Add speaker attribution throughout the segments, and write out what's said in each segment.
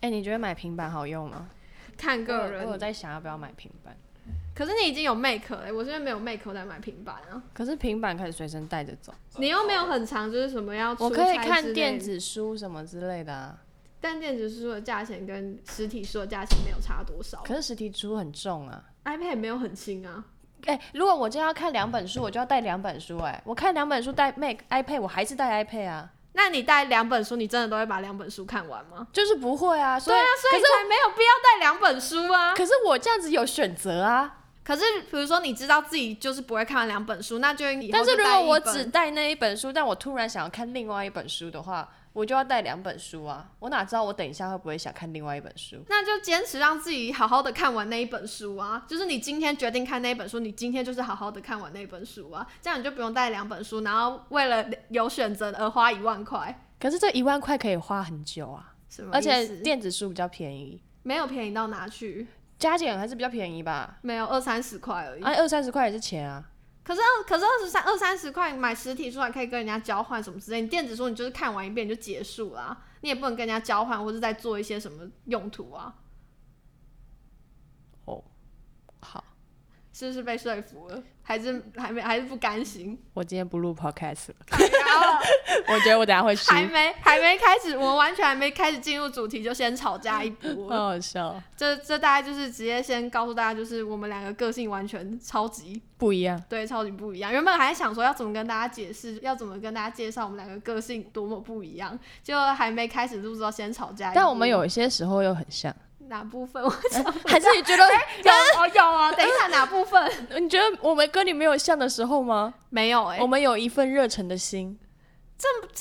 Speaker 1: 哎、你觉得买平板好用吗？
Speaker 2: 看个
Speaker 1: 我有我有
Speaker 2: 人。
Speaker 1: 在想要不要买平板，
Speaker 2: 可是你已经有 Make 了、欸我现在没有 Make 我在买平板啊。
Speaker 1: 可是平板可以随身带着走，
Speaker 2: 你又没有很长，就是什么要
Speaker 1: 我
Speaker 2: 出
Speaker 1: 可以
Speaker 2: 差之
Speaker 1: 看
Speaker 2: 类
Speaker 1: 电
Speaker 2: 的，
Speaker 1: 子书什么之类的啊。
Speaker 2: 但电子书的价钱跟实体书的价钱没有差多少。
Speaker 1: 可是实体书很重啊。
Speaker 2: iPad 没有很轻啊，
Speaker 1: 哎、如果我今天要看两本书，我就要带两本书、哎，我看两本书带 Mac iPad，我还是带 iPad 啊，
Speaker 2: 那你带两本书，你真的都会把两本书看完吗？
Speaker 1: 就是不会啊。所
Speaker 2: 对
Speaker 1: 以，
Speaker 2: 啊，所以才没有必要带两本书啊。
Speaker 1: 可是我这样子有选择啊。
Speaker 2: 可是比如说你知道自己就是不会看完两本书，那就以后
Speaker 1: 但是
Speaker 2: 就
Speaker 1: 如果
Speaker 2: 带一
Speaker 1: 我
Speaker 2: 本
Speaker 1: 只带那一本书，但我突然想要看另外一本书的话，我就要带两本书啊。我哪知道我等一下会不会想看另外一本书？
Speaker 2: 那就坚持让自己好好的看完那一本书啊，就是你今天决定看那一本书，你今天就是好好的看完那一本书啊，这样你就不用带两本书，然后为了有选择而花一万块，
Speaker 1: 可是这一万块可以花很久啊，
Speaker 2: 什么
Speaker 1: 而
Speaker 2: 意
Speaker 1: 且
Speaker 2: 思
Speaker 1: 电子书比较便宜，
Speaker 2: 没有便宜到哪去，
Speaker 1: 加减还是比较便宜吧，
Speaker 2: 没有二三十块而已。
Speaker 1: 啊，二三十块也是钱啊。
Speaker 2: 可是二可是二十三二三十块买实体书还可以跟人家交换什么之类，你电子书你就是看完一遍你就结束啦，你也不能跟人家交换或是再做一些什么用途啊，
Speaker 1: 哦，好，
Speaker 2: 是不是被说服了？还是还没还是不 甘心？
Speaker 1: 我今天不录 podcast 了，
Speaker 2: 太高了
Speaker 1: 我觉得我等一下会输，
Speaker 2: 还没还没开始，我们完全还没开始进入主题就先吵架一波了。
Speaker 1: 好好笑，
Speaker 2: 这这大概就是直接先告诉大家，就是我们两个个性完全超级
Speaker 1: 不一样。
Speaker 2: 对，超级不一样。原本还想说要怎么跟大家解释，要怎么跟大家介绍我们两个个性多么不一样，就还没开始录之后先吵架一波。
Speaker 1: 但我们有一些时候又很 像，
Speaker 2: 哪部分？我想不
Speaker 1: 还是你觉得
Speaker 2: 有哦有哦，等一下哪部分
Speaker 1: 你觉得我们跟你没有像的时候吗？
Speaker 2: 没有哎、
Speaker 1: 我们有一份热忱的心，
Speaker 2: 这个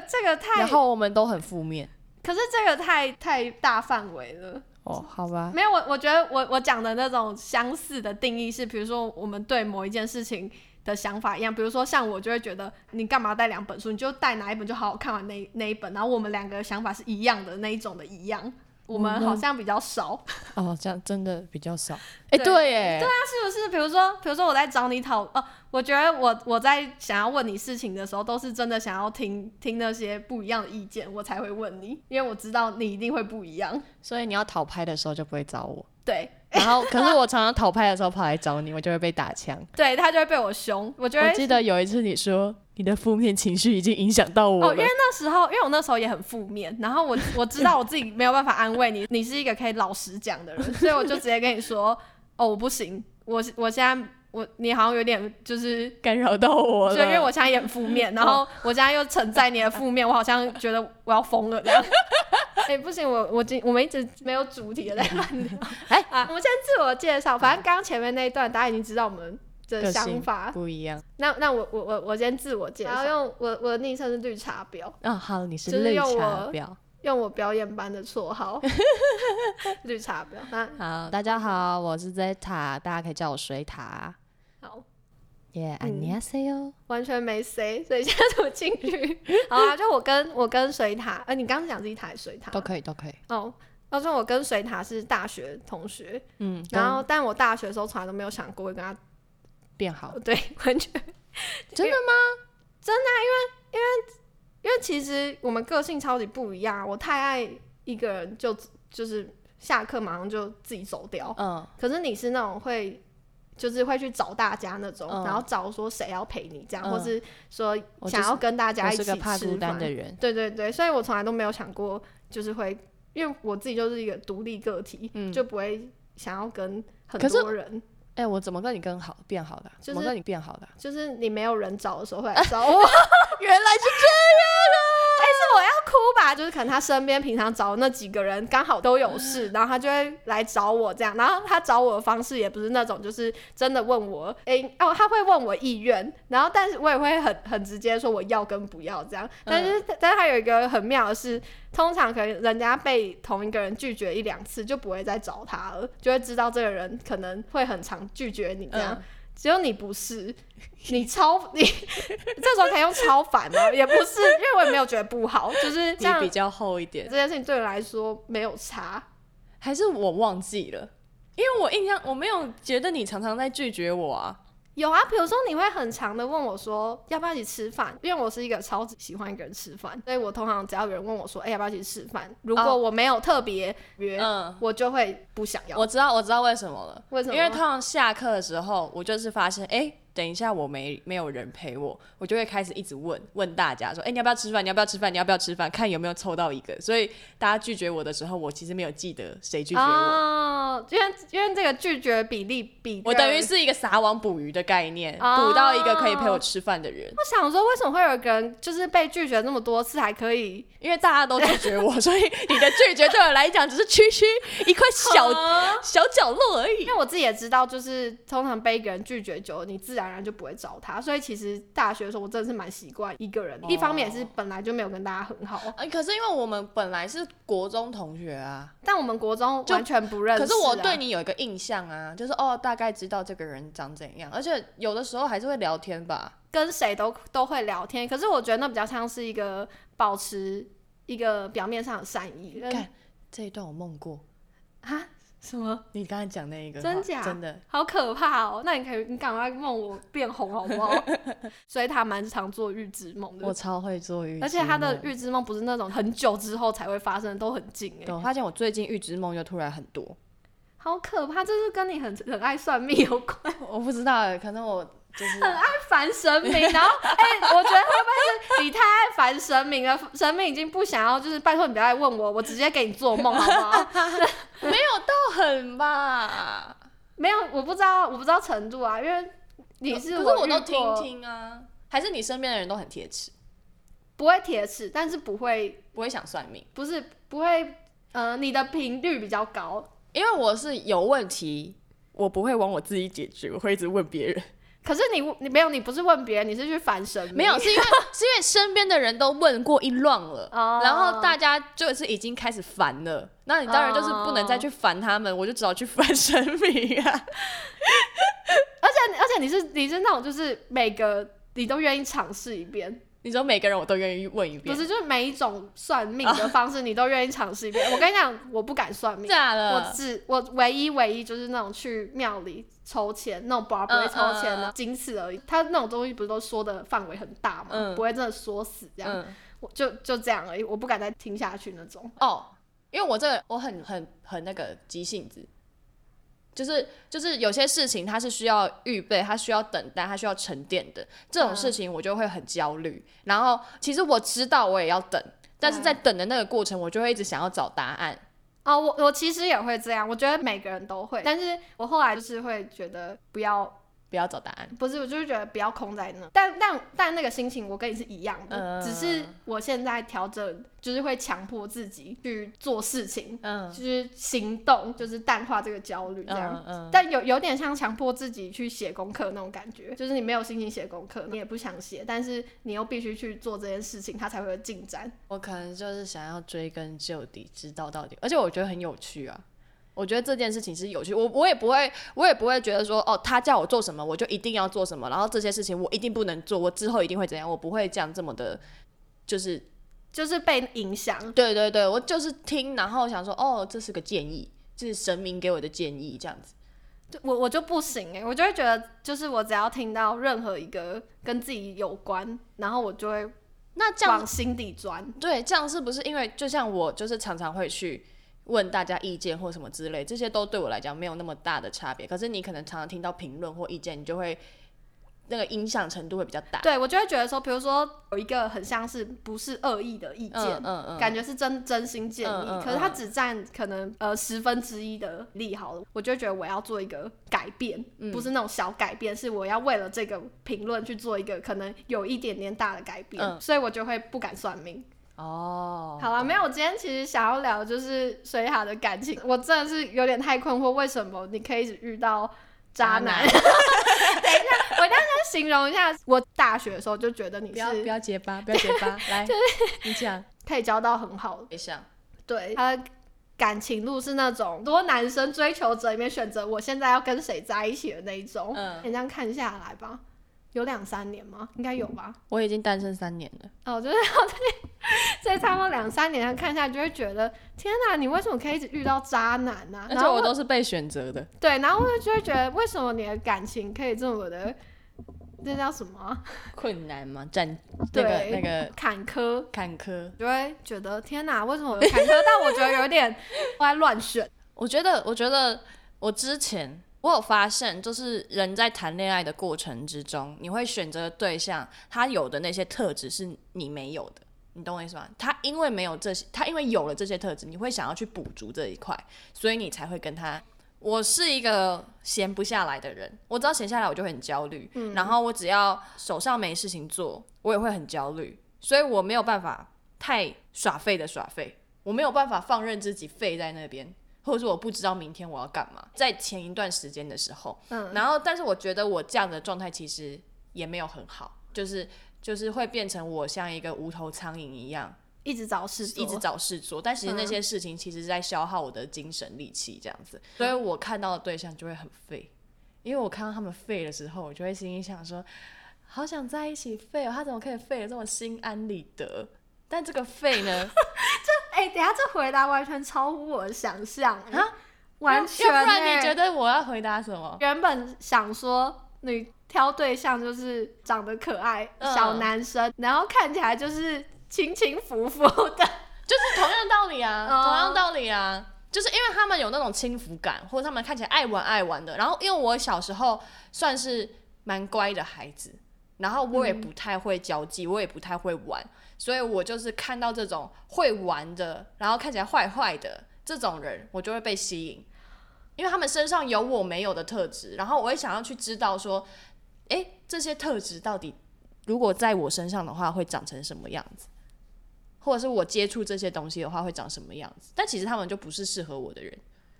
Speaker 2: 这个太
Speaker 1: 然，后我们都很负面。
Speaker 2: 可是这个太太大范围了。
Speaker 1: 哦，好吧，
Speaker 2: 没有，我我觉得我我讲的那种相似的定义是，比如说我们对某一件事情的想法一样，比如说像我就会觉得你干嘛带两本书，你就带哪一本就好好看完那那一本，然后我们两个想法是一样的那一种的一样，我们好像比较少。
Speaker 1: 哦，这样真的比较少。哎、
Speaker 2: 对
Speaker 1: 对，耶，
Speaker 2: 那是不是比如说比如说我在找你讨哦、我觉得我我在想要问你事情的时候，都是真的想要听听那些不一样的意见，我才会问你，因为我知道你一定会不一样。
Speaker 1: 所以你要讨拍的时候就不会找我。
Speaker 2: 对
Speaker 1: 然后，可是我常常讨拍的时候跑来找你，我就会被打枪。
Speaker 2: 对，他就会被我凶，我觉得
Speaker 1: 我记得有一次你说你的负面情绪已经影响到我
Speaker 2: 哦，因
Speaker 1: 了，
Speaker 2: 为那时候，因为我那时候也很负面，然后我我知道我自己没有办法安慰你，你是一个可以老实讲的人，所以我就直接跟你说，哦，我不行，我我现在我你好像有点就是，
Speaker 1: 干扰到我哦
Speaker 2: 就
Speaker 1: 了。
Speaker 2: 因为我现在也很负面，然后我现在又承载你的负面，我好像觉得我要疯了这样。 哎、不行，我我今我们一直没有主题的在 乱聊。
Speaker 1: 哎
Speaker 2: 啊，我们先自我介绍，反正刚刚前面那一段大家已经知道我们的
Speaker 1: 个性
Speaker 2: 想法。
Speaker 1: 不一样。
Speaker 2: 那那我我我我先自我介绍，然后用我我的昵称是绿茶婊。
Speaker 1: 啊、好，你是
Speaker 2: 就是
Speaker 1: 绿
Speaker 2: 用
Speaker 1: 茶
Speaker 2: 我
Speaker 1: 婊。
Speaker 2: 用我表演班的绰 号，绿茶婊。那
Speaker 1: 好，大家好，我是 Zeta，大家可以叫我水塔。
Speaker 2: 好，
Speaker 1: 耶，
Speaker 2: 嗯
Speaker 1: 안녕하세요。
Speaker 2: 完全没 C，所以现在怎么进去？ 好啊，就我跟我跟水塔，呃，你刚刚讲是一台水塔
Speaker 1: 都可以，都可以。
Speaker 2: 哦。那时候我跟水塔是大学同学，
Speaker 1: 嗯，
Speaker 2: 然后但我大学的时候从来都没有想过会跟他，
Speaker 1: 跟变好，
Speaker 2: 对，完全啊
Speaker 1: 真的吗？
Speaker 2: 因为其实我们个性超级不一样啊，我太爱一个人就就是下课马上就自己走掉，
Speaker 1: 嗯，
Speaker 2: 可是你是那种会，就是会去找大家那种，
Speaker 1: 嗯
Speaker 2: 然后找说谁要陪你这样，
Speaker 1: 嗯
Speaker 2: 或是说
Speaker 1: 我
Speaker 2: 想
Speaker 1: 就是
Speaker 2: 要跟大家
Speaker 1: 我
Speaker 2: 一
Speaker 1: 是
Speaker 2: 起
Speaker 1: 个怕孤
Speaker 2: 吃
Speaker 1: 单
Speaker 2: 饭
Speaker 1: 的。人。
Speaker 2: 对对对，所以我从来都没有想过，就是会，因为我自己就是一个独立个体，
Speaker 1: 嗯
Speaker 2: 就不会想要跟很
Speaker 1: 可是
Speaker 2: 多人。
Speaker 1: 哎、我怎么跟你更好变好的啊、怎
Speaker 2: 就
Speaker 1: 么
Speaker 2: 是
Speaker 1: 跟你变好的啊、
Speaker 2: 就是你没有人找的时候会来找我， 哎、
Speaker 1: 原来是这
Speaker 2: 是我要哭吧？啊就是可能他身边平常找的那几个人刚好都有事，然后他就会来找我这样。然后他找我的方式也不是那种就是真的问我，诶、哦，他会问我意愿，然后但是我也会很很直接说我要跟不要这样。但是、但是他有一个很妙的是，通常可能人家被同一个人拒绝一两次就不会再找他了，就会知道这个人可能会很常拒绝你这样。
Speaker 1: 嗯
Speaker 2: 只有你不是，你超你这时候可以用超烦吗？也不是，因为我也没有觉得不好，就是这
Speaker 1: 样，
Speaker 2: 样
Speaker 1: 你比。较厚一点
Speaker 2: 这，件事情对我来说没有差，
Speaker 1: 还是我忘记了？因为我印象我没有觉得你常常在拒绝我啊。
Speaker 2: 有啊，比如说你会很常的问我说要不要一起吃饭，因为我是一个超级喜欢一个人吃饭，所以我通常只要有人问我说，哎、要不要一起吃饭，如果
Speaker 1: 哦
Speaker 2: 我没有特别约，
Speaker 1: 嗯，
Speaker 2: 我就会不想要。
Speaker 1: 我知道，我知道为什么了。
Speaker 2: 为什么？
Speaker 1: 因为通常下课的时候，我就是发现，哎、等一下我没没有人陪我，我就会开始一直问问大家说，哎、你要不要吃饭？你要不要吃饭？你要不要吃饭？看有没有凑到一个。所以大家拒绝我的时候，我其实没有记得谁拒绝我，
Speaker 2: 哦，因为因为这个拒绝比例比
Speaker 1: 我等于是一个撒网捕鱼的概念，捕、
Speaker 2: 哦
Speaker 1: 到一个可以陪我吃饭的人，
Speaker 2: 我想说，为什么会有一个人就是被拒绝那么多次还可以
Speaker 1: 因为大家都拒绝我，所以你的拒绝对我来讲只是区区一块 小小角落而已
Speaker 2: 因。为我自己也知道，就是通常被一个人拒绝久了，你自然而然就不会找他。所以其实大学的时候，我真的是蛮习惯一个人。
Speaker 1: 哦
Speaker 2: 一方面也是本来就没有跟大家很好，
Speaker 1: 哎，可是因为我们本来是国中同学啊，
Speaker 2: 但我们国中
Speaker 1: 就
Speaker 2: 完全不认识、啊
Speaker 1: 可是我对，你有一个印象啊，就是哦，大概知道这个人长怎样，而且有的时候还是会聊天吧。
Speaker 2: 跟谁都都会聊天，可是我觉得那比较像是一个保持一个表面上的善意。跟
Speaker 1: 看这一段我梦过，
Speaker 2: 啊，什么？
Speaker 1: 你刚才讲那一个话，
Speaker 2: 真假
Speaker 1: 真的，
Speaker 2: 好可怕哦！那你可以，你赶快梦我变红好不好？ 所以他蛮常做预知梦的
Speaker 1: 我，超会做预知梦，哦
Speaker 2: 而且他的预知梦不是那种很久之后才会发生，都很近哎、
Speaker 1: 对，我发现我最近预知梦就突然很多，
Speaker 2: 好可怕！这是跟你很很爱算命有关，
Speaker 1: 我不知道欸，可能我就是
Speaker 2: 爱烦神明。然后，哎、我觉得会不会是你太爱烦神明了？神明已经不想要，就是拜托你不要来问我，我直接给你做梦好不好？
Speaker 1: 没有到很吧，
Speaker 2: 没有，我不知道，我不知道程度啊，因为你
Speaker 1: 可
Speaker 2: 是
Speaker 1: 是
Speaker 2: 我
Speaker 1: 我都
Speaker 2: 遇
Speaker 1: 听
Speaker 2: 过，
Speaker 1: 听啊，还是你身边的人都很铁齿，
Speaker 2: 不会铁齿，但是不会，
Speaker 1: 不会想算命，
Speaker 2: 不是不会，呃，你的频率比较高。
Speaker 1: 因为我是有问题，我不会往我自己解决，我会一直问别人。
Speaker 2: 可是你你没有，你不是问别人，你是去烦神 明，
Speaker 1: 没有，是因 为是因为身边的人都问过一乱了
Speaker 2: 哦
Speaker 1: 然后大家就是已经开始烦了，那你当然就是不能
Speaker 2: 哦
Speaker 1: 再去烦他们我就只好去烦神明啊。
Speaker 2: 而且而且你是你是那种就是每个你都愿意尝试一遍。
Speaker 1: 你说每个人我都愿意问一
Speaker 2: 不
Speaker 1: 遍，
Speaker 2: 是，就是每一种算命的方式，你都愿意尝试一 遍。我跟你讲，我不敢算命，
Speaker 1: 假
Speaker 2: 我
Speaker 1: 的？
Speaker 2: 只我唯一唯一就是那种去庙里抽签，那种宝不会抽签
Speaker 1: 嗯
Speaker 2: 的，仅此而已。他那种东西不是都说的范围很大嘛，
Speaker 1: 嗯
Speaker 2: 不会真的说死这样，
Speaker 1: 嗯，
Speaker 2: 我就就这样而已，我不敢再听下去那种。
Speaker 1: 哦，因为我这个我很很很那个急性子。就是就是有些事情它是需要预备，它需要等待，它需要沉淀的。这
Speaker 2: 嗯
Speaker 1: 种事情我就会很焦虑。然后其实我知道我也要等，但
Speaker 2: 嗯
Speaker 1: 是在等的那个过程，我就会一直想要找答案。
Speaker 2: 哦，我我其实也会这样，我觉得每个人都会，但是我后来就是会觉得不要，
Speaker 1: 不要找答案。
Speaker 2: 不是，我就是觉得不要空在那，但但但那个心情我跟你是一样的，
Speaker 1: 嗯
Speaker 2: 只是我现在调整，就是会强迫自己去做事情，
Speaker 1: 嗯，
Speaker 2: 就是行动，就是淡化这个焦虑这样。
Speaker 1: 嗯
Speaker 2: 但有有点像强迫自己去写功课那种感觉，就是你没有心情写功课，你也不想写，但是你又必须去做这件事情，它才会有进展。
Speaker 1: 我可能就是想要追根究底，知道到底，而且我觉得很有趣啊。我觉得这件事情是有趣，我我也不会，我也不会觉得说，哦，他叫我做什么，我就一定要做什么，然后这些事情我一定不能做，我之后一定会怎样，我不会这样这么的，就是
Speaker 2: 就是被影响，
Speaker 1: 对对对，我就是听，然后想说，哦，这是个建议，这是神明给我的建议，这样子。
Speaker 2: 就我我就不行哎、我就会觉得，就是我只要听到任何一个跟自己有关，然后我就会
Speaker 1: 那这样
Speaker 2: 往心底钻。
Speaker 1: 对，这样是不是因为就像我就是常常会去问大家意见或什么之类，这些都对我来讲没有那么大的差别。可是你可能常常听到评论或意见，你就会那个影响程度会比较大。
Speaker 2: 对我就会觉得说，比如说有一个很像是不是恶意的意见，
Speaker 1: 嗯嗯嗯，
Speaker 2: 感觉是真真心建议，
Speaker 1: 嗯嗯
Speaker 2: 可是它只占可能呃十分之一的利好了，我就会觉得我要做一个改变，
Speaker 1: 嗯
Speaker 2: 不是那种小改变，是我要为了这个评论去做一个可能有一点点大的改变，
Speaker 1: 嗯
Speaker 2: 所以我就会不敢算命。
Speaker 1: 哦，
Speaker 2: 好了，没有。我今天其实想要聊就是水塔的 感情，我真的是有点太困惑，为什么你可以一直遇到渣 男？
Speaker 1: 渣
Speaker 2: 我大概形容一下，我大学的时候就觉得你
Speaker 1: 不要不
Speaker 2: 是
Speaker 1: 要结巴，不要结 巴，来，你讲
Speaker 2: 可以交到很好，
Speaker 1: 一下。
Speaker 2: 对他的感情路是那种多男生追求者里面选择我现在要跟谁在一起的那一种。哎
Speaker 1: 嗯
Speaker 2: 你这样看下来吧，有两三年吗？应该有吧。
Speaker 1: 我已经单身三年了，
Speaker 2: 哦，就是 要在在差不多两三年看下来，就会觉得天哪，你为什么可以一直遇到渣男呢、啊？
Speaker 1: 而
Speaker 2: 然
Speaker 1: 且
Speaker 2: 后
Speaker 1: 我都是被选择的，
Speaker 2: 对，然后我就会觉得为什么你的感情可以这么的，那叫什么啊
Speaker 1: 困难嘛，战那个
Speaker 2: 对
Speaker 1: 那个
Speaker 2: 坎坷？
Speaker 1: 坎坷。
Speaker 2: 就会觉得天哪，为什么我的坎坷？但我觉得有点我在乱选。
Speaker 1: 我觉得，我觉得我之前我有发现，就是人在谈恋爱的过程之中，你会选择的对象，他有的那些特质是你没有的，你懂我意思吗？他因为没有这些，他因为有了这些特质，你会想要去补足这一块，所以你才会跟他。我是一个闲不下来的人，我只要闲下来我就会很焦虑，然后我只要手上没事情做，我也会很焦虑，所以我没有办法太耍废的耍废，我没有办法放任自己废在那边，或者是我不知道明天我要干嘛。在前一段时间的时候，
Speaker 2: 嗯，
Speaker 1: 然后但是我觉得我这样的状态其实也没有很好，就是就是会变成我像一个无头苍蝇一样，
Speaker 2: 一直找事做，
Speaker 1: 一直找事做，但其实那
Speaker 2: 嗯
Speaker 1: 些事情其实在消耗我的精神力气，这样子，所以我看到的对象就会很废，因为我看到他们废的时候，我就会心里想说，好想在一起废哦，他怎么可以废的这么心安理得？但这个废 呢，
Speaker 2: 哎、等一下这回答完全超乎我的想象欸
Speaker 1: 啊，
Speaker 2: 完全、欸
Speaker 1: 要要不然你觉
Speaker 2: 得
Speaker 1: 得我要回答什么？
Speaker 2: 原本想说你挑对象就是长得可爱、
Speaker 1: 嗯
Speaker 2: 小男生，然后看起来就是轻轻浮浮的，
Speaker 1: 就是同样道理啊，
Speaker 2: 哦
Speaker 1: 同样道理啊，就是因为他们有那种轻浮感，或者他们看起来爱玩爱玩的。然后因为我小时候算是蛮乖的孩子，然后我也不太会交际，我也不太会玩，所以我就是看到这种会玩的，然后看起来坏坏的这种人，我就会被吸引，因为他们身上有我没有的特质，然后我也想要去知道说，诶，这些特质到底如果在我身上的话会长成什么样子，或者是我接触这些东西的话会长什么样子？但其实他们就不是适合我的人，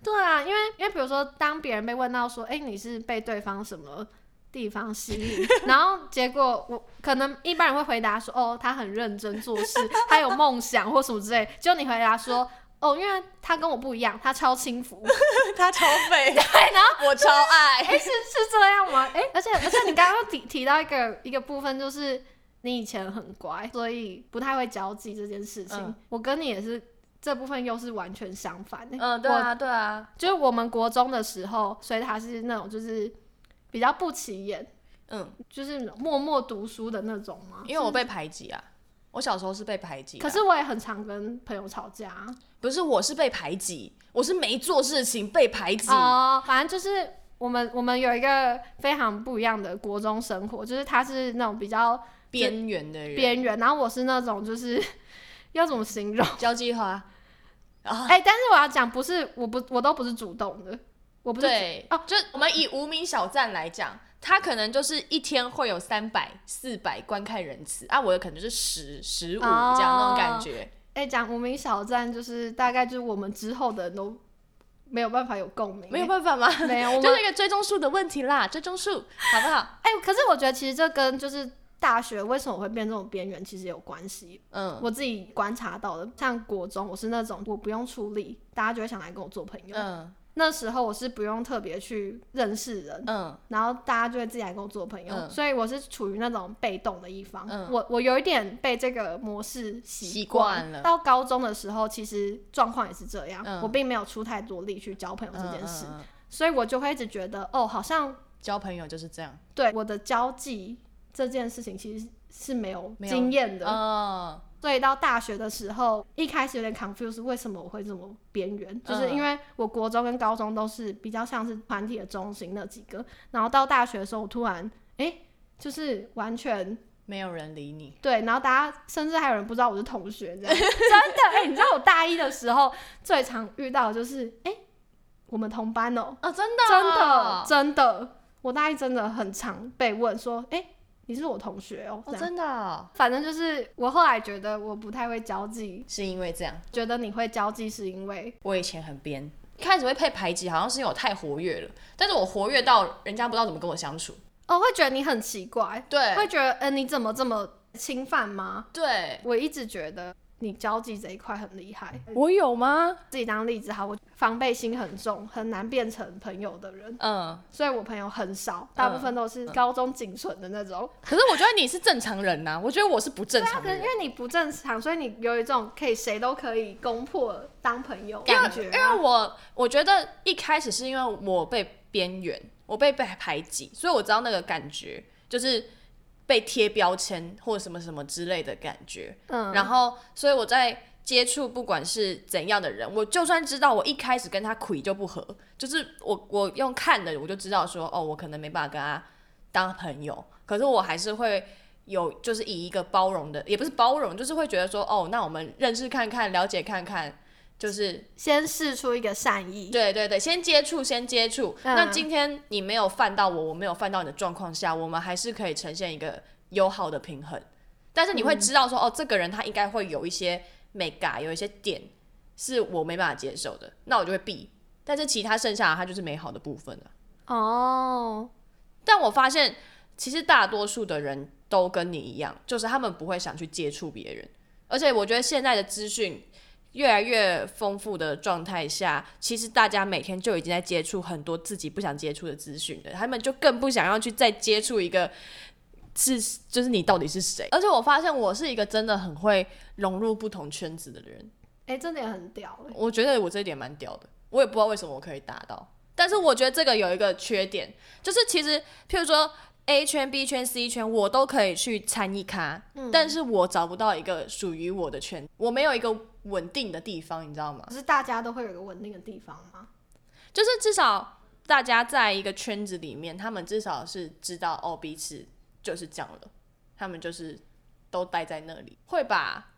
Speaker 2: 对啊，因为因为比如说，当别人被问到说，哎、你是被对方什么地方吸引， 然后结果我可能一般人会回答说，哦，他很认真做事， 他有梦想或什么之类，就你回答说。哦，因为他跟我不一样，他超轻浮，
Speaker 1: 他超废， 对，然后我超爱，
Speaker 2: 哎、是是这样吗？哎、而且而且你刚刚提提到一个一个部分，就是你以前很乖，所以不太会交际这件事情。
Speaker 1: 嗯
Speaker 2: 我跟你也是这部分又是完全相反、的。
Speaker 1: 嗯，对啊，对啊，
Speaker 2: 就是我们国中的时候，所以他是那种就是比较不起眼，
Speaker 1: 嗯，
Speaker 2: 就是默默读书的那种嘛。
Speaker 1: 因为我被排挤啊，我小时候是被排挤的
Speaker 2: 哦可
Speaker 1: 啊，
Speaker 2: 是我也很常跟朋友吵架啊
Speaker 1: 不是我是被排挤，我是没做事情被排挤，
Speaker 2: 哦，反正就是我们我们有一个非常不一样的国中生活，就是他是那种比较
Speaker 1: 边缘的人，
Speaker 2: 边缘，然后我是那种就是 要怎么形容？
Speaker 1: 交际花啊，
Speaker 2: 哎、但是我要讲，不是我不我都不是主动的，我不是
Speaker 1: 对，
Speaker 2: 哦
Speaker 1: 就我们以无名小站来讲，他可能就是一天会有三百、四百观看人次啊，我有可能就是十、十五这样、那种感觉。
Speaker 2: 哎，讲无名小站就是大概就是我们之后的人都没有办法有共鸣，
Speaker 1: 没有办法吗？
Speaker 2: 没有，我
Speaker 1: 就
Speaker 2: 们
Speaker 1: 是一个追踪数的问题啦，追踪数好不 好？
Speaker 2: 哎、可是我觉得其实这跟就是大学为什么会变这种边缘，其实有关系。
Speaker 1: 嗯
Speaker 2: 我自己观察到的，像国中我是那种我不用出力，大家就会想来跟我做朋友。
Speaker 1: 嗯
Speaker 2: 那时候我是不用特别去认识人，
Speaker 1: 嗯
Speaker 2: 然后大家就会自己来跟我做朋友，
Speaker 1: 嗯
Speaker 2: 所以我是处于那种被动的一方。
Speaker 1: 嗯
Speaker 2: 我我有一点被这个模式习
Speaker 1: 习惯了
Speaker 2: 到高中的时候，其实状况也是这样，
Speaker 1: 嗯
Speaker 2: 我并没有出太多力去交朋友这件事，
Speaker 1: 嗯嗯嗯
Speaker 2: 所以我就会一直觉得，哦，好像
Speaker 1: 交朋友就是这样。
Speaker 2: 对我的交际这件事情其实是没有
Speaker 1: 没有
Speaker 2: 经验的。
Speaker 1: 嗯
Speaker 2: 所以到大学的时候，一开始有点 confused，为什么我会这么边缘？
Speaker 1: 嗯
Speaker 2: 就是因为我国中跟高中都是比较像是团体的中心那几个，然后到大学的时候，我突然哎、诶就是完全
Speaker 1: 没有人理你，
Speaker 2: 对，然后大家甚至还有人不知道我是同学， 这样真的哎、诶你知道我大一的时候最常遇到的就是哎、诶我们同班哦、
Speaker 1: 哦，真
Speaker 2: 真的
Speaker 1: 哦，
Speaker 2: 真的，我大一真的很常被问说，哎、你是我同学哦、这
Speaker 1: 哦，
Speaker 2: 样。
Speaker 1: 真的哦，
Speaker 2: 反正就是我后来觉得我不太会交际，
Speaker 1: 是因为这样。
Speaker 2: 觉得你会交际是因为
Speaker 1: 我以前很编，一开始会被排挤，好像是因为我太活跃了，但是我活跃到人家不知道怎么跟我相处。
Speaker 2: 哦，会觉得你很奇怪，
Speaker 1: 对
Speaker 2: 会觉得嗯、呃你怎么这么侵犯吗？
Speaker 1: 对，
Speaker 2: 我一直觉得你交际这一块很厉害。
Speaker 1: 我有吗？
Speaker 2: 自己当例子哈，我防备心很重，很难变成朋友的人，
Speaker 1: 嗯，
Speaker 2: 所以我朋友很少，大部分都是高中仅存的那种。
Speaker 1: 可是我觉得你是正常人呐、我觉得我是不正
Speaker 2: 那
Speaker 1: 常
Speaker 2: 啊可能
Speaker 1: 人
Speaker 2: 因。为你不正常，所以你有一种可以谁都可以攻破当朋友
Speaker 1: 因为
Speaker 2: 感觉
Speaker 1: 因。为我我觉得一开始是因为我被边缘，我被被排挤，所以我知道那个感觉就是被贴标签或者什么什么之类的感觉。
Speaker 2: 嗯，
Speaker 1: 然后，所以我在接触不管是怎样的人，我就算知道我一开始跟他苦就不合，就是我我用看的我就知道说，哦，我可能没办法跟他当朋友，可是我还是会。有就是以一个包容的，也不是包容，就是会觉得说，哦，那我们认识看看，了解看看，就是
Speaker 2: 先试出一个善意。
Speaker 1: 对对对，先接触，先接触。
Speaker 2: 嗯
Speaker 1: 那今天你没有犯到我，我没有犯到你的状况下，我们还是可以呈现一个友好的平衡。但是你会知道说，哦，这个人他应该会有一些美嘎，有一些点是我没办法接受的，那我就会避。但是其他剩下的他就是美好的部分了。
Speaker 2: 哦，
Speaker 1: 但我发现，其实大多数的人都跟你一样，就是他们不会想去接触别人。而且我觉得现在的资讯越来越丰富的状态下，其实大家每天就已经在接触很多自己不想接触的资讯了，他们就更不想要去再接触一个。是，就是你到底是谁？而且我发现我是一个真的很会融入不同圈子的人，
Speaker 2: 哎、真的也很屌、欸。
Speaker 1: 我觉得我这一点蛮屌的，我也不知道为什么我可以达到。但是我觉得这个有一个缺点，就是其实譬如说 A 圈、B 圈、C 圈，我都可以去参一咖，
Speaker 2: 嗯
Speaker 1: 但是我找不到一个属于我的圈，我没有一个稳定的地方，你知道吗？
Speaker 2: 可是大家都会有一个稳定的地方吗？
Speaker 1: 就是至少大家在一个圈子里面，他们至少是知道哦彼此就是这样了，他们就是都待在那里，会吧？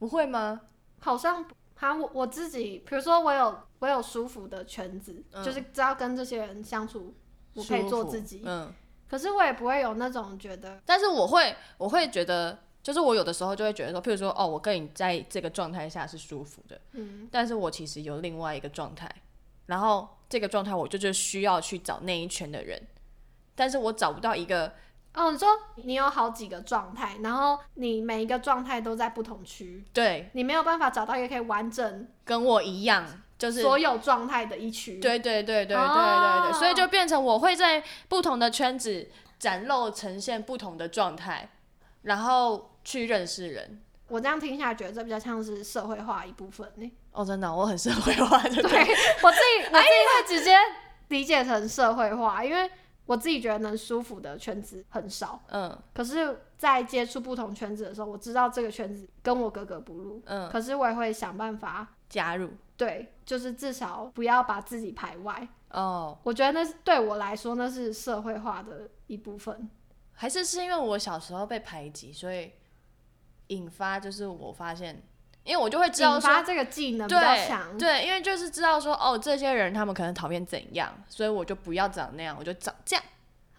Speaker 1: 不会吗？
Speaker 2: 好像哈，我我自己，比如说我有我有舒服的圈子，
Speaker 1: 嗯
Speaker 2: 就是只要跟这些人相处，我可以做自己
Speaker 1: 舒服。嗯。
Speaker 2: 可是我也不会有那种觉得，
Speaker 1: 但是我会，我会觉得，就是我有的时候就会觉得说，譬如说，哦，我跟你在这个状态下是舒服的，
Speaker 2: 嗯，
Speaker 1: 但是我其实有另外一个状态，然后这个状态我就是需要去找那一圈的人，但是我找不到一个，
Speaker 2: 哦，你说你有好几个状态，然后你每一个状态都在不同区，
Speaker 1: 对，
Speaker 2: 你没有办法找到一个可以完整
Speaker 1: 跟我一样，就是。
Speaker 2: 所有状态的一区。，
Speaker 1: 对对对对对对对，
Speaker 2: 哦
Speaker 1: 所以就变成我会在不同的圈子展露呈现不同的状态，然后去认识人。
Speaker 2: 我这样听下来，觉得这比较像是社会化一 部分呢。
Speaker 1: 哦，真的哦、我很社会化，对不
Speaker 2: 对我自己，我自己会直接理解成社会化，因为我自己觉得能舒服的圈子很少。
Speaker 1: 嗯
Speaker 2: 可是，在接触不同圈子的时候，我知道这个圈子跟我格格不入，
Speaker 1: 嗯，
Speaker 2: 可是我也会想办法，
Speaker 1: 加入
Speaker 2: 对，就是至少不要把自己排外。
Speaker 1: 哦，
Speaker 2: 我觉得那是对我来说，那是社会化的一部分。
Speaker 1: 还是是因为我小时候被排挤，所以引发就是我发现，因为我就会知道
Speaker 2: 引发
Speaker 1: 说，
Speaker 2: 这个技能比较
Speaker 1: 对
Speaker 2: 强，
Speaker 1: 对，因为就是知道说，哦，这些人他们可能讨厌怎样，所以我就不要长那样，我就长这样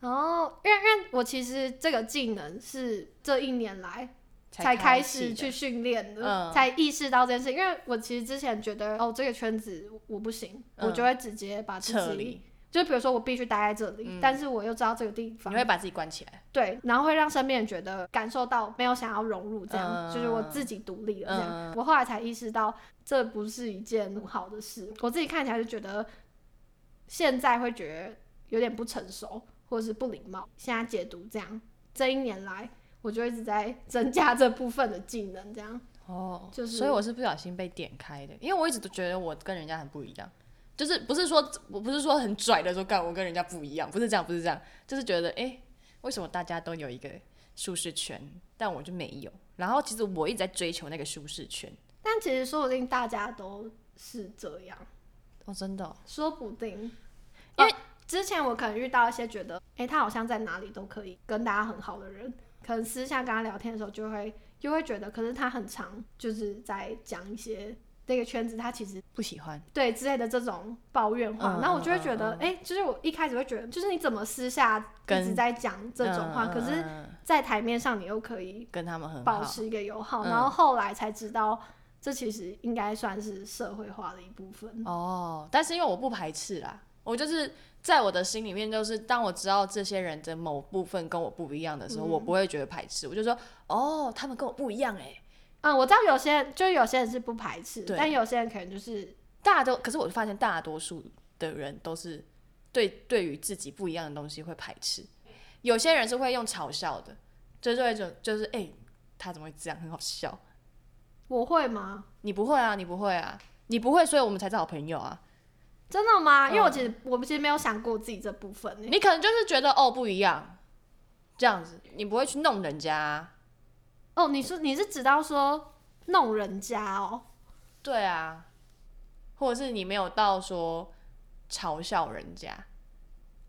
Speaker 2: 哦，因为因为我其实这个技能是这一年来才
Speaker 1: 开
Speaker 2: 开始
Speaker 1: 的
Speaker 2: 去训练的，
Speaker 1: 嗯
Speaker 2: 才意识到这件事。因为我其实之前觉得哦，这个圈子我不行，
Speaker 1: 嗯
Speaker 2: 我就会直接把自
Speaker 1: 撤
Speaker 2: 己，
Speaker 1: 离，
Speaker 2: 就比如说我必须待在这里，
Speaker 1: 嗯
Speaker 2: 但是我又知道这个地
Speaker 1: 你
Speaker 2: 方
Speaker 1: 会把自己关起来，
Speaker 2: 对，然后会让身边人觉得感受到没有想要融入，这样、
Speaker 1: 嗯
Speaker 2: 就是我自己独立了这样。我后来才意识到这不是一件好的事，我自己看起来就觉得现在会觉得有点不成熟或者是不礼貌。现在解读这样，这一年来我就一直在增加这部分的技能，这样
Speaker 1: 哦，
Speaker 2: 就是
Speaker 1: 所以我是不小心被点开的，因为我一直都觉得我跟人家很不一样。就是不是说我不是说很拽的说干我跟人家不一样，不是这样，不是这样，就是觉得诶，为什么大家都有一个舒适圈，但我就没有？然后其实我一直在追求那个舒适圈，
Speaker 2: 但其实说不定大家都是这样。
Speaker 1: 哦，真的哦、
Speaker 2: 说不定，因
Speaker 1: 因
Speaker 2: 为
Speaker 1: 为
Speaker 2: 之前我可能遇到一些觉得，诶，他好像在哪里都可以跟大家很好的人，可能私下跟他聊天的时候就会就会觉得，可是他很常就是在讲一些那个圈子他其实
Speaker 1: 不喜欢。
Speaker 2: 对之类的这种抱怨话，
Speaker 1: 嗯
Speaker 2: 那、我就会觉
Speaker 1: 嗯
Speaker 2: 得，
Speaker 1: 嗯
Speaker 2: 诶，就是我一开始会觉得，就是你怎么私下一
Speaker 1: 跟
Speaker 2: 直在讲这种话，
Speaker 1: 嗯
Speaker 2: 可是
Speaker 1: 嗯
Speaker 2: 在台面上你又可以
Speaker 1: 跟他们很
Speaker 2: 保
Speaker 1: 好，
Speaker 2: 持一个友好，
Speaker 1: 嗯
Speaker 2: 然后后来才知道。这其实应该算是社会化的一部分，
Speaker 1: 哦，但是因为我不排斥啦，我就是在我的心里面，就是当我知道这些人的某部分跟我不一样的时候，
Speaker 2: 嗯
Speaker 1: 我不会觉得排斥，我就说哦，他们跟我不一样哎、
Speaker 2: 嗯，我知道有些人就有些人是不排斥，
Speaker 1: 对
Speaker 2: 但有些人可能就是
Speaker 1: 大多，可是我发现大多数的人都是对对于自己不一样的东西会排斥，有些人是会用嘲笑的，就是会一种就是哎、他怎么会这样，很好笑。
Speaker 2: 我会吗？
Speaker 1: 你不会啊，你不会啊，你不会，所以我们才是好朋友啊。
Speaker 2: 真的吗？因为我
Speaker 1: 嗯
Speaker 2: 其实我其实没有想过自己这部分、欸，
Speaker 1: 你可能就是觉得哦不一样，这样子，你不会去弄人家、啊。
Speaker 2: 哦，你说你是指到说弄人家哦，
Speaker 1: 对啊，或者是你没有到说嘲笑人家，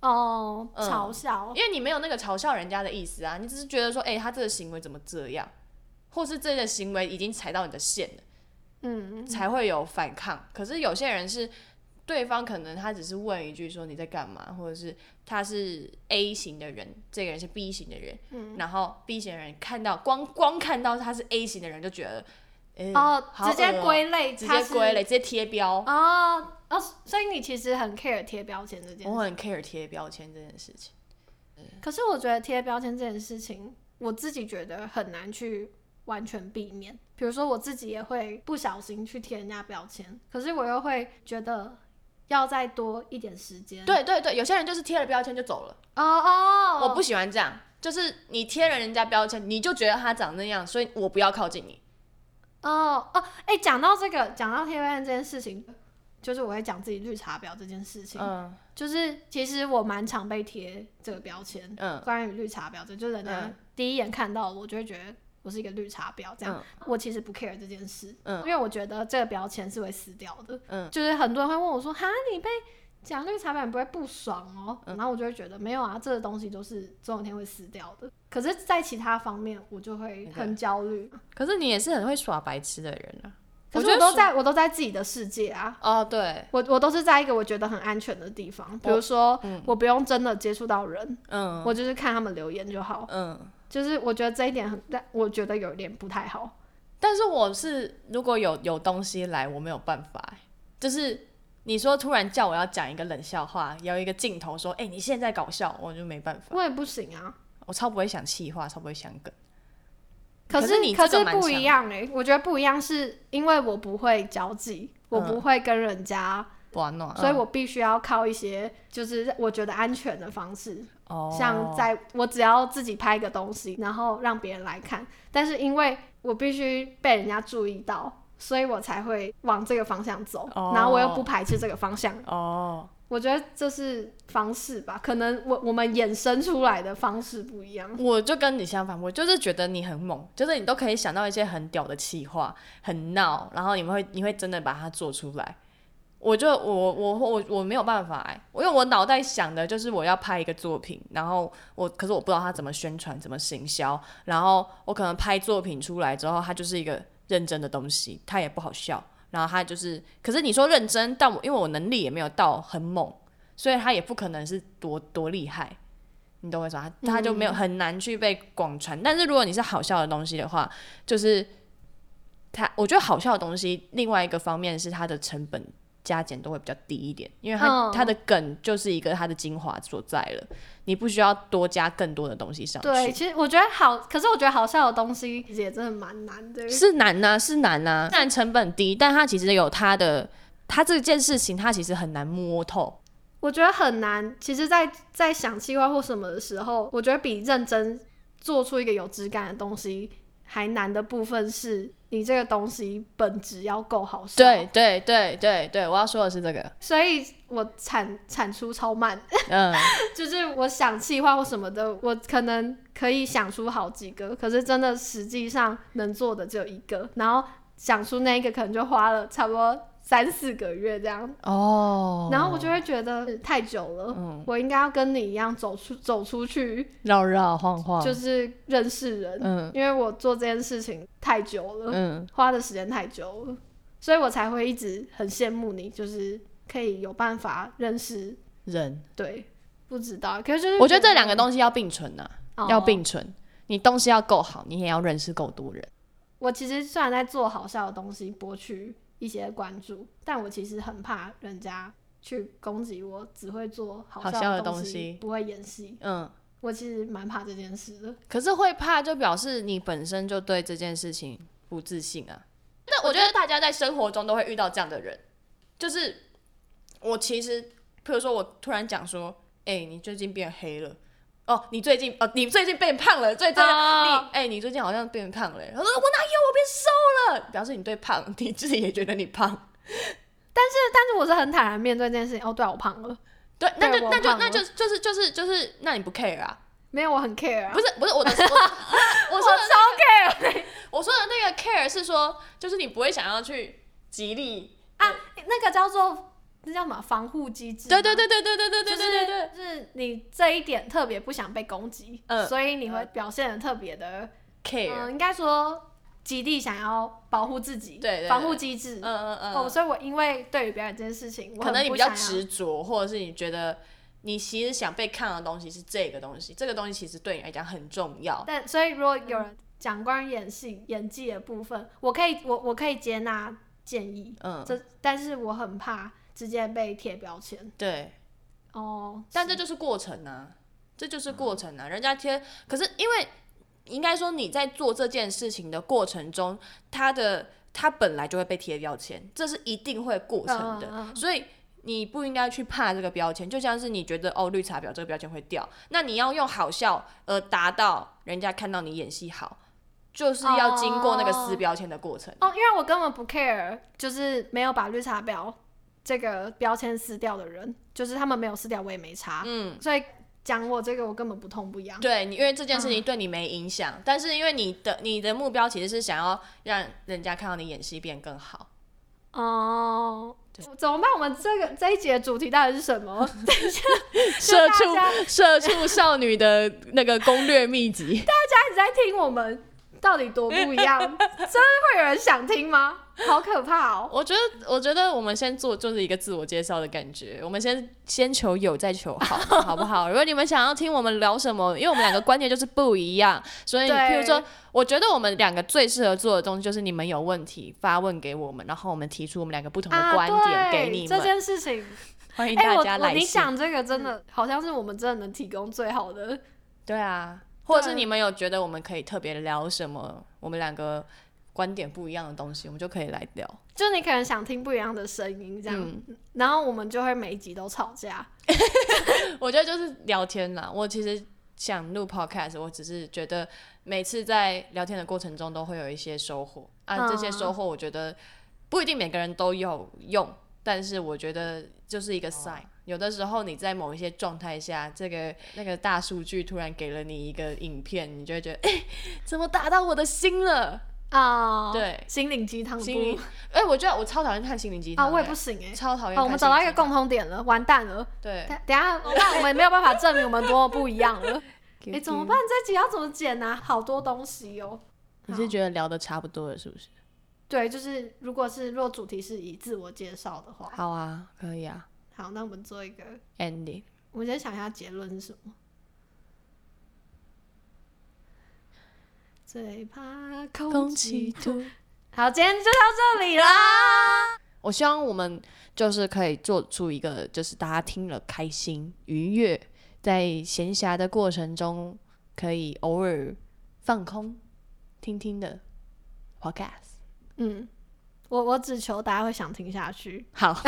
Speaker 2: 哦，
Speaker 1: 嗯
Speaker 2: 嘲笑，
Speaker 1: 因为你没有那个嘲笑人家的意思啊，你只是觉得说，哎、他这个行为怎么这样，或是这个行为已经踩到你的线了，
Speaker 2: 嗯，
Speaker 1: 才会有反抗。可是有些人是对方可能他只是问一句说你在干嘛，或者是他是 A 型的人，这个人是 B 型的人，
Speaker 2: 嗯
Speaker 1: 然后 B 型的人看到光光看到他是 A 型的人就觉得，哎、
Speaker 2: 哦，
Speaker 1: 好
Speaker 2: 直接
Speaker 1: 恶哦
Speaker 2: 归类，
Speaker 1: 直
Speaker 2: 它
Speaker 1: 接
Speaker 2: 是
Speaker 1: 归类，直接贴标。
Speaker 2: 哦哦，所以你其实很 care 贴标签这件
Speaker 1: 我
Speaker 2: 事，
Speaker 1: 很 care 贴标签这件事情，
Speaker 2: 可是我觉得贴标签这件事情，我自己觉得很难去完全避免。比如说我自己也会不小心去贴人家标签，可是我又会觉得要再多一点时间。，
Speaker 1: 对对对，有些人就是贴了标签就走了。
Speaker 2: 哦哦，
Speaker 1: 我不喜欢这样，就是你贴了人家标签，你就觉得他长那样，所以我不要靠近你。
Speaker 2: 哦哦，哎、讲到这个，讲到贴标签这件事情，就是我会讲自己绿茶婊这件事情，
Speaker 1: 嗯
Speaker 2: 就是其实我蛮常被贴这个标签，
Speaker 1: 嗯
Speaker 2: 关于绿茶婊这，就是人家
Speaker 1: 嗯
Speaker 2: 第一眼看到我就会觉得我是一个绿茶婊这样。
Speaker 1: 嗯
Speaker 2: 我其实不 care 这件事，
Speaker 1: 嗯
Speaker 2: 因为我觉得这个标签是会死掉的。
Speaker 1: 嗯
Speaker 2: 就是很多人会问我说：“哈，你被讲绿茶婊，你不会不爽哦？”
Speaker 1: 嗯
Speaker 2: 然后我就会觉得没有啊，这个东西都是总有一天会死掉的。可是，在其他方面，我就会很焦虑。
Speaker 1: 可是你也是很会耍白痴的人啊。
Speaker 2: 可是
Speaker 1: 我觉
Speaker 2: 我
Speaker 1: 得
Speaker 2: 都
Speaker 1: 是
Speaker 2: 在我都在自己的世界啊，
Speaker 1: 哦，对，
Speaker 2: 我我都是在一个我觉得很安全的地方，比如说、我不用真的接触到人，
Speaker 1: 嗯
Speaker 2: 我就是看他们留言就好。
Speaker 1: 嗯。
Speaker 2: 就是我觉得这一点很，但我觉得有一点不太好。
Speaker 1: 但是我是如果有有东西来，我没有办法欸、就是你说突然叫我要讲一个冷笑话，有一个镜头说，哎、你现在搞笑，我就没办法，
Speaker 2: 我也不行啊。
Speaker 1: 我超不会想气话，超不会想梗。
Speaker 2: 可
Speaker 1: 可
Speaker 2: 是
Speaker 1: 是你
Speaker 2: 可
Speaker 1: 这个
Speaker 2: 是
Speaker 1: 蛮
Speaker 2: 不
Speaker 1: 强
Speaker 2: 一
Speaker 1: 的
Speaker 2: 样哎、我觉得不一样是因为我不会交际，我不会跟人家，
Speaker 1: 哇那
Speaker 2: 所以我必须要靠一些就是我觉得安全的方式，
Speaker 1: 哦，
Speaker 2: 像在我只要自己拍一个东西，然后让别人来看，但是因为我必须被人家注意到，所以我才会往这个方向走，
Speaker 1: 哦
Speaker 2: 然后我又不排斥这个方向，
Speaker 1: 哦，
Speaker 2: 我觉得这是方式吧，可能我我们衍生出来的方式不一样。
Speaker 1: 我就跟你相反，我就是觉得你很猛，就是你都可以想到一些很屌的气话，很闹，然后你们会你会真的把它做出来。我就我我我我没有办法哎、因为我脑袋想的就是我要拍一个作品，然后我可是我不知道它怎么宣传、怎么行销，然后我可能拍作品出来之后，它就是一个认真的东西，它也不好笑，然后它就是，可是你说认真，但我因为我能力也没有到很猛，所以它也不可能是多多厉害，你懂我意思吗？它就没有很难去被广传。但是如果你是好笑的东西的话，就是它，我觉得好笑的东西，另外一个方面是它的成本加减都会比较低一点，因为它、
Speaker 2: 嗯
Speaker 1: 它的梗就是一个它的精华所在了，你不需要多加更多的东西上去。
Speaker 2: 对，其实我觉得好，可是我觉得好笑的东西也真的蛮 难的。
Speaker 1: 是难呐、是难啊呐、虽然成本低，但它其实有它的，它这件事情它其实很难摸透。
Speaker 2: 我觉得很难。其实在，在想计划或什么的时候，我觉得比认真做出一个有质感的东西还难的部分是，你这个东西本质要够好笑。
Speaker 1: 对，对对对对，我要说的是这个。
Speaker 2: 所以我产产出超慢，
Speaker 1: 嗯，
Speaker 2: 就是我想计划或什么的，我可能可以想出好几个，可是真的实际上能做的只有一个，然后想出那一个可能就花了差不多三四个月这样。
Speaker 1: 哦，嗯
Speaker 2: 然后我就会觉得呃太久了，我应该要跟你一样走出走出去，
Speaker 1: 绕绕晃晃，
Speaker 2: 就是认识人，
Speaker 1: 嗯
Speaker 2: 因为我做这件事情太久了，
Speaker 1: 嗯，
Speaker 2: 花的时间太久了，所以我才会一直很羡慕你，就是可以有办法认识。
Speaker 1: 人，
Speaker 2: 对，不知道，可是就是
Speaker 1: 我觉得这两个东西要并存呐、
Speaker 2: 哦
Speaker 1: 要并存。你东西要够好，你也要认识够多人。
Speaker 2: 我其实虽然在做好笑的东西博取一些关注，但我其实很怕人家去攻击我，只会做好
Speaker 1: 好
Speaker 2: 笑
Speaker 1: 笑
Speaker 2: 的
Speaker 1: 的
Speaker 2: 东
Speaker 1: 东
Speaker 2: 西
Speaker 1: 西，
Speaker 2: 不会演戏。
Speaker 1: 嗯，
Speaker 2: 我其实蛮怕这件事的。
Speaker 1: 可是会怕，就表示你本身就对这件事情不自信啊。但我觉得大家在生活中都会遇到这样的人，就是我其实，譬如说我突然讲说，哎、你最近变黑了。哦，你最近哦，你最近变胖了，最近、
Speaker 2: 哦
Speaker 1: 你哎、你最近好像变胖了。他说我哪有，我变瘦了，表示你对胖， 你自己也觉得你胖。
Speaker 2: 但是我是很坦然面对这件事情。哦，对啊、我胖了，
Speaker 1: 对，啊那
Speaker 2: 对
Speaker 1: 就
Speaker 2: 我
Speaker 1: 那就
Speaker 2: 胖
Speaker 1: 那
Speaker 2: 了
Speaker 1: 就就是就是就是，那你不 care 啊？
Speaker 2: 没有，我很 care 啊。
Speaker 1: 不是不是我的，我的我说的
Speaker 2: 超 care
Speaker 1: 我说的那个 care 是说，就是你不会想要去极力。
Speaker 2: 啊，那个叫做那叫什么防护机制？
Speaker 1: 对对，对对对对对对对对对，
Speaker 2: 就是，就是你这一点特别不想被攻击，
Speaker 1: 嗯
Speaker 2: 所以你会表现的特别的，嗯、
Speaker 1: care。
Speaker 2: 应该说极力想要保护自己，
Speaker 1: 对对对
Speaker 2: 防护机制。
Speaker 1: 嗯嗯
Speaker 2: 哦，
Speaker 1: 嗯，
Speaker 2: 所以我因为对于表演这件事情，我
Speaker 1: 可能
Speaker 2: 很
Speaker 1: 你
Speaker 2: 不
Speaker 1: 比较
Speaker 2: 想要
Speaker 1: 执着，或者是你觉得你其实想被看的东西是这个东西，这个东西其实对你来讲很重要。
Speaker 2: 但所以如果
Speaker 1: 嗯
Speaker 2: 有人讲关于演戏、演技的部分，我可以我我可以接纳建议，
Speaker 1: 嗯，
Speaker 2: 这但是我很怕直接被贴标签。
Speaker 1: 对，
Speaker 2: 哦，嗯
Speaker 1: 但这就是过程啊，这就是过程啊。人家贴，可是因为应该说你在做这件事情的过程中，他的他本来就会被贴标签，这是一定会过程的，
Speaker 2: 嗯嗯
Speaker 1: 所以。你不应该去怕这个标签，就像是你觉得哦，绿茶婊这个标签会掉，那你要用好笑而达到人家看到你演戏好，就是要经过那个撕
Speaker 2: 哦
Speaker 1: 标签的过程。
Speaker 2: 哦，因为我根本不 care，就是没有把绿茶婊这个标签撕掉的人，就是他们没有撕掉，我也没差。
Speaker 1: 嗯，
Speaker 2: 所以讲我这个，我根本不痛不痒。
Speaker 1: 对你，因为这件事
Speaker 2: 嗯
Speaker 1: 情对你没影响，但是因为你的你的目标其实是想要让人家看到你演戏变更好。
Speaker 2: 哦
Speaker 1: 对，
Speaker 2: 怎么办？我们这个这一节主题到底是什么？
Speaker 1: 社畜
Speaker 2: 就大
Speaker 1: 社畜少女的那个攻略秘 籍，
Speaker 2: 大家一直在听我们到底多不一 样，真的会有人想听吗？好可怕哦！
Speaker 1: 我觉得，我觉得我们先做就是一个自我介绍的感觉，我们先先求有，再求 好，好不好？如果你们想要听我们聊什么，因为我们两个观念就是不一样，所以
Speaker 2: 对
Speaker 1: 譬如说，我觉得我们两个最适合做的东西就是你们有问题发问给我们，然后我们提出我们两个不同的观点
Speaker 2: 啊对
Speaker 1: 给你们，
Speaker 2: 这件事情，
Speaker 1: 欢迎
Speaker 2: 哎、
Speaker 1: 大
Speaker 2: 我
Speaker 1: 家
Speaker 2: 我
Speaker 1: 来
Speaker 2: 你
Speaker 1: 信。嗯
Speaker 2: 讲这个真的、好像是我们真的能提供最好的
Speaker 1: 对啊，或者是
Speaker 2: 对
Speaker 1: 你们有觉得我们可以特别聊什么，我们两个观点不一样的东西，我们就可以来聊。
Speaker 2: 就你可能想听不一样的声音，这样，
Speaker 1: 嗯
Speaker 2: 然后我们就会每一集都吵架。
Speaker 1: 我觉得就是聊天啦。我其实想录 podcast，我只是觉得每次在聊天的过程中都会有一些收获啊。
Speaker 2: 嗯
Speaker 1: 这些收获我觉得不一定每个人都有用，但是我觉得就是一个 sign。有的时候你在某一些状态下，这个那个大数据突然给了你一个影片，你就会觉得， 哎、怎么打到我的心了？
Speaker 2: 啊、
Speaker 1: 对
Speaker 2: 心灵鸡汤
Speaker 1: 心灵
Speaker 2: 不，
Speaker 1: 哎、我觉得我超讨厌看心灵鸡
Speaker 2: 啊、
Speaker 1: 汤、
Speaker 2: 我也
Speaker 1: 哎
Speaker 2: 不行哎、
Speaker 1: 超讨厌看心灵鸡汤、
Speaker 2: 哦，我们找到一个共同点了，完蛋了！
Speaker 1: 对
Speaker 2: 等，等一下，我怕我们没有办法证明我们多么不一 样了。哎、怎么办？？这集要怎么剪呢、好多东西哦。
Speaker 1: 你是觉得聊的差不多了，是不是？
Speaker 2: 对，就是如果是若主题是以自我介绍的话，
Speaker 1: 好啊，可以啊
Speaker 2: 好，那我们做一个，
Speaker 1: ，ending。
Speaker 2: 我们先想一下结论是什么。最怕空气。
Speaker 1: 突。
Speaker 2: 好，今天就到这里啦。
Speaker 1: 我希望我们就是可以做出一个，就是大家听了开心愉悦，在闲暇的过程中可以偶尔放空听听的 podcast。
Speaker 2: 嗯，我我只求大家会想听 下去。
Speaker 1: 好，
Speaker 2: 好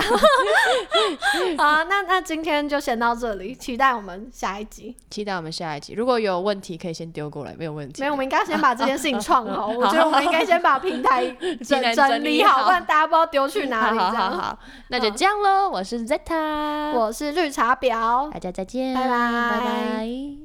Speaker 2: 啊，那那今天就先到这里，期待我们下一集。
Speaker 1: 期待我们下一集。如果有问题，可以先丢过来，没有问题。
Speaker 2: 没有，我们应该先把这件事情创好。我觉得
Speaker 1: 好
Speaker 2: 我们应该先把平台
Speaker 1: 平台
Speaker 2: 整
Speaker 1: 整
Speaker 2: 整
Speaker 1: 理
Speaker 2: 理好，
Speaker 1: 好
Speaker 2: 不然大家不知道丢去哪
Speaker 1: 好
Speaker 2: 里。
Speaker 1: 好
Speaker 2: 这
Speaker 1: 好
Speaker 2: 样，
Speaker 1: 好，那就这样喽。我是 Zeta，
Speaker 2: 我是绿茶婊，
Speaker 1: 大家再见，
Speaker 2: 拜拜
Speaker 1: 拜拜